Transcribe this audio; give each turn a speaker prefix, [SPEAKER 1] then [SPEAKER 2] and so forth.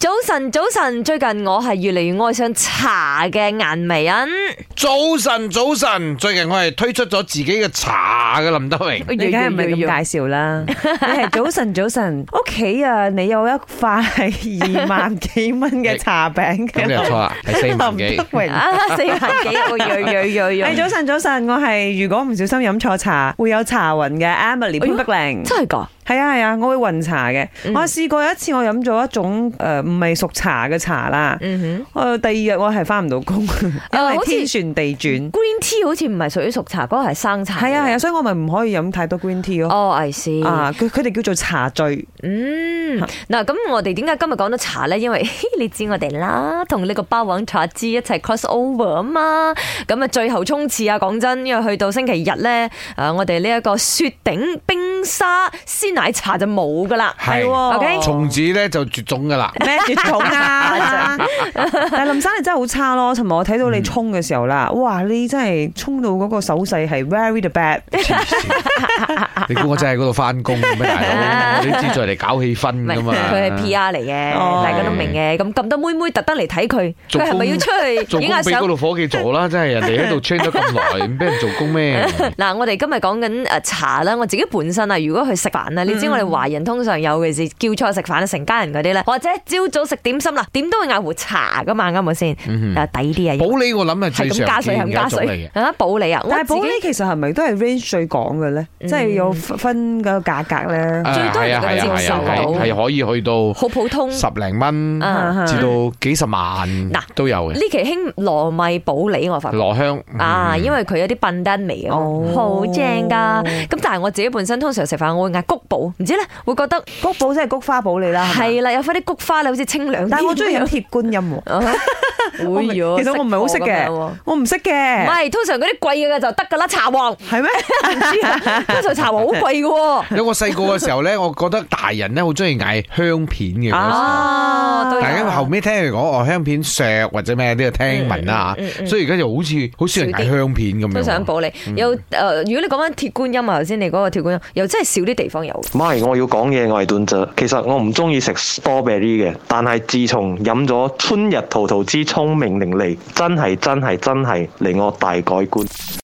[SPEAKER 1] 早晨，早晨，最近我係越嚟越愛上茶嘅顏美欣。
[SPEAKER 2] 早晨，早晨，最近我係推出咗自己嘅茶嘅林德 榮，
[SPEAKER 3] 你梗係唔係咁介紹啦？你係早晨早晨，屋企啊，你有一塊係二萬 幾蚊嘅茶餅
[SPEAKER 2] 咁你又
[SPEAKER 3] 嘅，
[SPEAKER 2] 錯 啦，係四萬
[SPEAKER 3] 林
[SPEAKER 2] 幾
[SPEAKER 3] 德。榮。
[SPEAKER 1] 啊，四萬幾個蕊蕊蕊 蕊，
[SPEAKER 3] 係早晨，早晨，我係如果唔小心飲錯茶，會有茶暈嘅 Emily
[SPEAKER 1] 哎呦
[SPEAKER 3] 潘碧玲。
[SPEAKER 1] 真係㗎？
[SPEAKER 3] 係啊係啊，我會暈茶嘅。
[SPEAKER 1] 嗯
[SPEAKER 3] 我試過有一次，我飲咗一種誒唔係熟茶嘅茶啦。
[SPEAKER 1] 嗯哦
[SPEAKER 3] 誒第二日我係翻唔到 工，因為
[SPEAKER 1] 好似嗯
[SPEAKER 3] 天旋地轉
[SPEAKER 1] 哼。，green tea 好似唔係屬於熟茶，嗰個係生茶。
[SPEAKER 3] 係啊係啊，。所以我咪唔可以飲太多 green tea 咯。
[SPEAKER 1] 哦，I see。
[SPEAKER 3] 啊，佢佢哋叫做茶醉。
[SPEAKER 1] 嗯，嗱，咁我哋點解今日講到茶呢？因為 你知我哋啦，同呢個霸王茶之一齊 cross over 啊嘛，咁啊最後衝刺啊！講真，因為去到星期日呢，誒，我哋呢一個雪頂冰沙鮮奶茶就冇噶啦。
[SPEAKER 2] 係
[SPEAKER 3] 係喎
[SPEAKER 1] OK
[SPEAKER 2] 從此咧就絕種 噶啦。
[SPEAKER 3] 咩絕種啊！但係林生你真係好差咯，尋日我睇到你衝嘅時候啦，
[SPEAKER 1] 嗯
[SPEAKER 3] 哇！你真係衝到嗰個手勢係 very the bad，
[SPEAKER 2] 黐線你估我真係喺嗰度翻工嘅咩，大佬？你知在嚟搞氣氛
[SPEAKER 1] 唔係
[SPEAKER 2] 噶嘛？
[SPEAKER 1] 佢係 P.R. 嚟嘅，
[SPEAKER 3] 哦
[SPEAKER 1] 大家都明嘅。咁咁多妹妹特登嚟睇佢，
[SPEAKER 2] 做
[SPEAKER 1] 佢係咪
[SPEAKER 2] 工
[SPEAKER 1] 要出 去
[SPEAKER 2] 做工
[SPEAKER 1] 影下
[SPEAKER 2] 俾
[SPEAKER 1] 相
[SPEAKER 2] 嗰？度伙計做啦，真係人哋喺度 train 咗咁耐，唔俾人做工 咩？
[SPEAKER 1] 嗱，我哋今日講緊誒茶啦，我自己本身啊，如果去食飯
[SPEAKER 3] 嗯
[SPEAKER 1] 啊，你知我哋華人通常尤其是叫錯食飯啊成家人嗰
[SPEAKER 2] 嗯
[SPEAKER 1] 啲咧，或者朝早食點心啦，點都會嗌壺茶噶嘛，啱唔啱先？
[SPEAKER 2] 嗯哼
[SPEAKER 1] 啊，抵啲啊，
[SPEAKER 2] 保你我諗係
[SPEAKER 1] 係
[SPEAKER 2] 最
[SPEAKER 1] 咁加
[SPEAKER 2] 常
[SPEAKER 1] 水，係咁
[SPEAKER 2] 見嘅嗯
[SPEAKER 1] 加
[SPEAKER 2] 一種嚟嘅
[SPEAKER 1] 水。啊，保你啊，我
[SPEAKER 3] 但係
[SPEAKER 1] 自
[SPEAKER 3] 保呢
[SPEAKER 1] 己嗯
[SPEAKER 3] 其實係咪都係 range 最講嘅咧？即係有分嘅價格咧。
[SPEAKER 2] 啊
[SPEAKER 1] 最多
[SPEAKER 2] 係啊係
[SPEAKER 1] 能夠
[SPEAKER 2] 啊
[SPEAKER 1] 接
[SPEAKER 2] 係
[SPEAKER 1] 受
[SPEAKER 2] 啊係
[SPEAKER 1] 到
[SPEAKER 2] 係可以去到
[SPEAKER 1] 好普通。
[SPEAKER 2] 十零蚊
[SPEAKER 1] 啊
[SPEAKER 3] 啊
[SPEAKER 2] 至到幾十萬
[SPEAKER 1] 嗱
[SPEAKER 2] 都有嘅
[SPEAKER 1] 呢。期興糯米保你，我發覺。
[SPEAKER 2] 羅香
[SPEAKER 1] 啊，
[SPEAKER 2] 嗯
[SPEAKER 1] 因為佢有啲笨丹味啊嘛
[SPEAKER 3] 哦，
[SPEAKER 1] 好正噶。咁但係我自己本身通常食飯，我會嗌谷寶，唔知咧會覺得
[SPEAKER 3] 菊寶即係菊花寶你啦，係咪
[SPEAKER 1] 係啊啦，有翻啲菊花你好似清涼啲。
[SPEAKER 3] 啊但係我中意飲鐵觀音喎， 我
[SPEAKER 1] 會
[SPEAKER 3] 唔
[SPEAKER 1] 喎。
[SPEAKER 3] 其實我唔係好識
[SPEAKER 1] 貨
[SPEAKER 3] 嘅
[SPEAKER 1] 咁樣喎
[SPEAKER 3] 我唔識
[SPEAKER 1] 唔
[SPEAKER 3] 嘅，
[SPEAKER 1] 係，通常嗰啲貴嘅就得㗎啦，茶王。啊
[SPEAKER 3] 係咩？
[SPEAKER 1] 通常茶王好貴嘅 喎。
[SPEAKER 2] 因為我細個嘅時候咧，我覺得大人咧好中意嗌香片嘅嗰時候。
[SPEAKER 1] 哦都有
[SPEAKER 2] 但係因為後尾聽人講哦，香片削或者咩都有聽聞啦
[SPEAKER 1] 嗯嗯嗯嗯
[SPEAKER 2] 所以而家就好似好少人嗌香片咁
[SPEAKER 1] 通常
[SPEAKER 2] 樣。
[SPEAKER 1] 保你有誒，呃如果你講翻鐵觀音啊，頭先你嗰個鐵觀音，又真係少啲地方有。
[SPEAKER 4] 唔係，我要講嘢，我係段澤。其實我唔中意食 strawberry 嘅，但係自從飲咗春日葡萄之聰明伶俐，真係真係真係令我大改觀。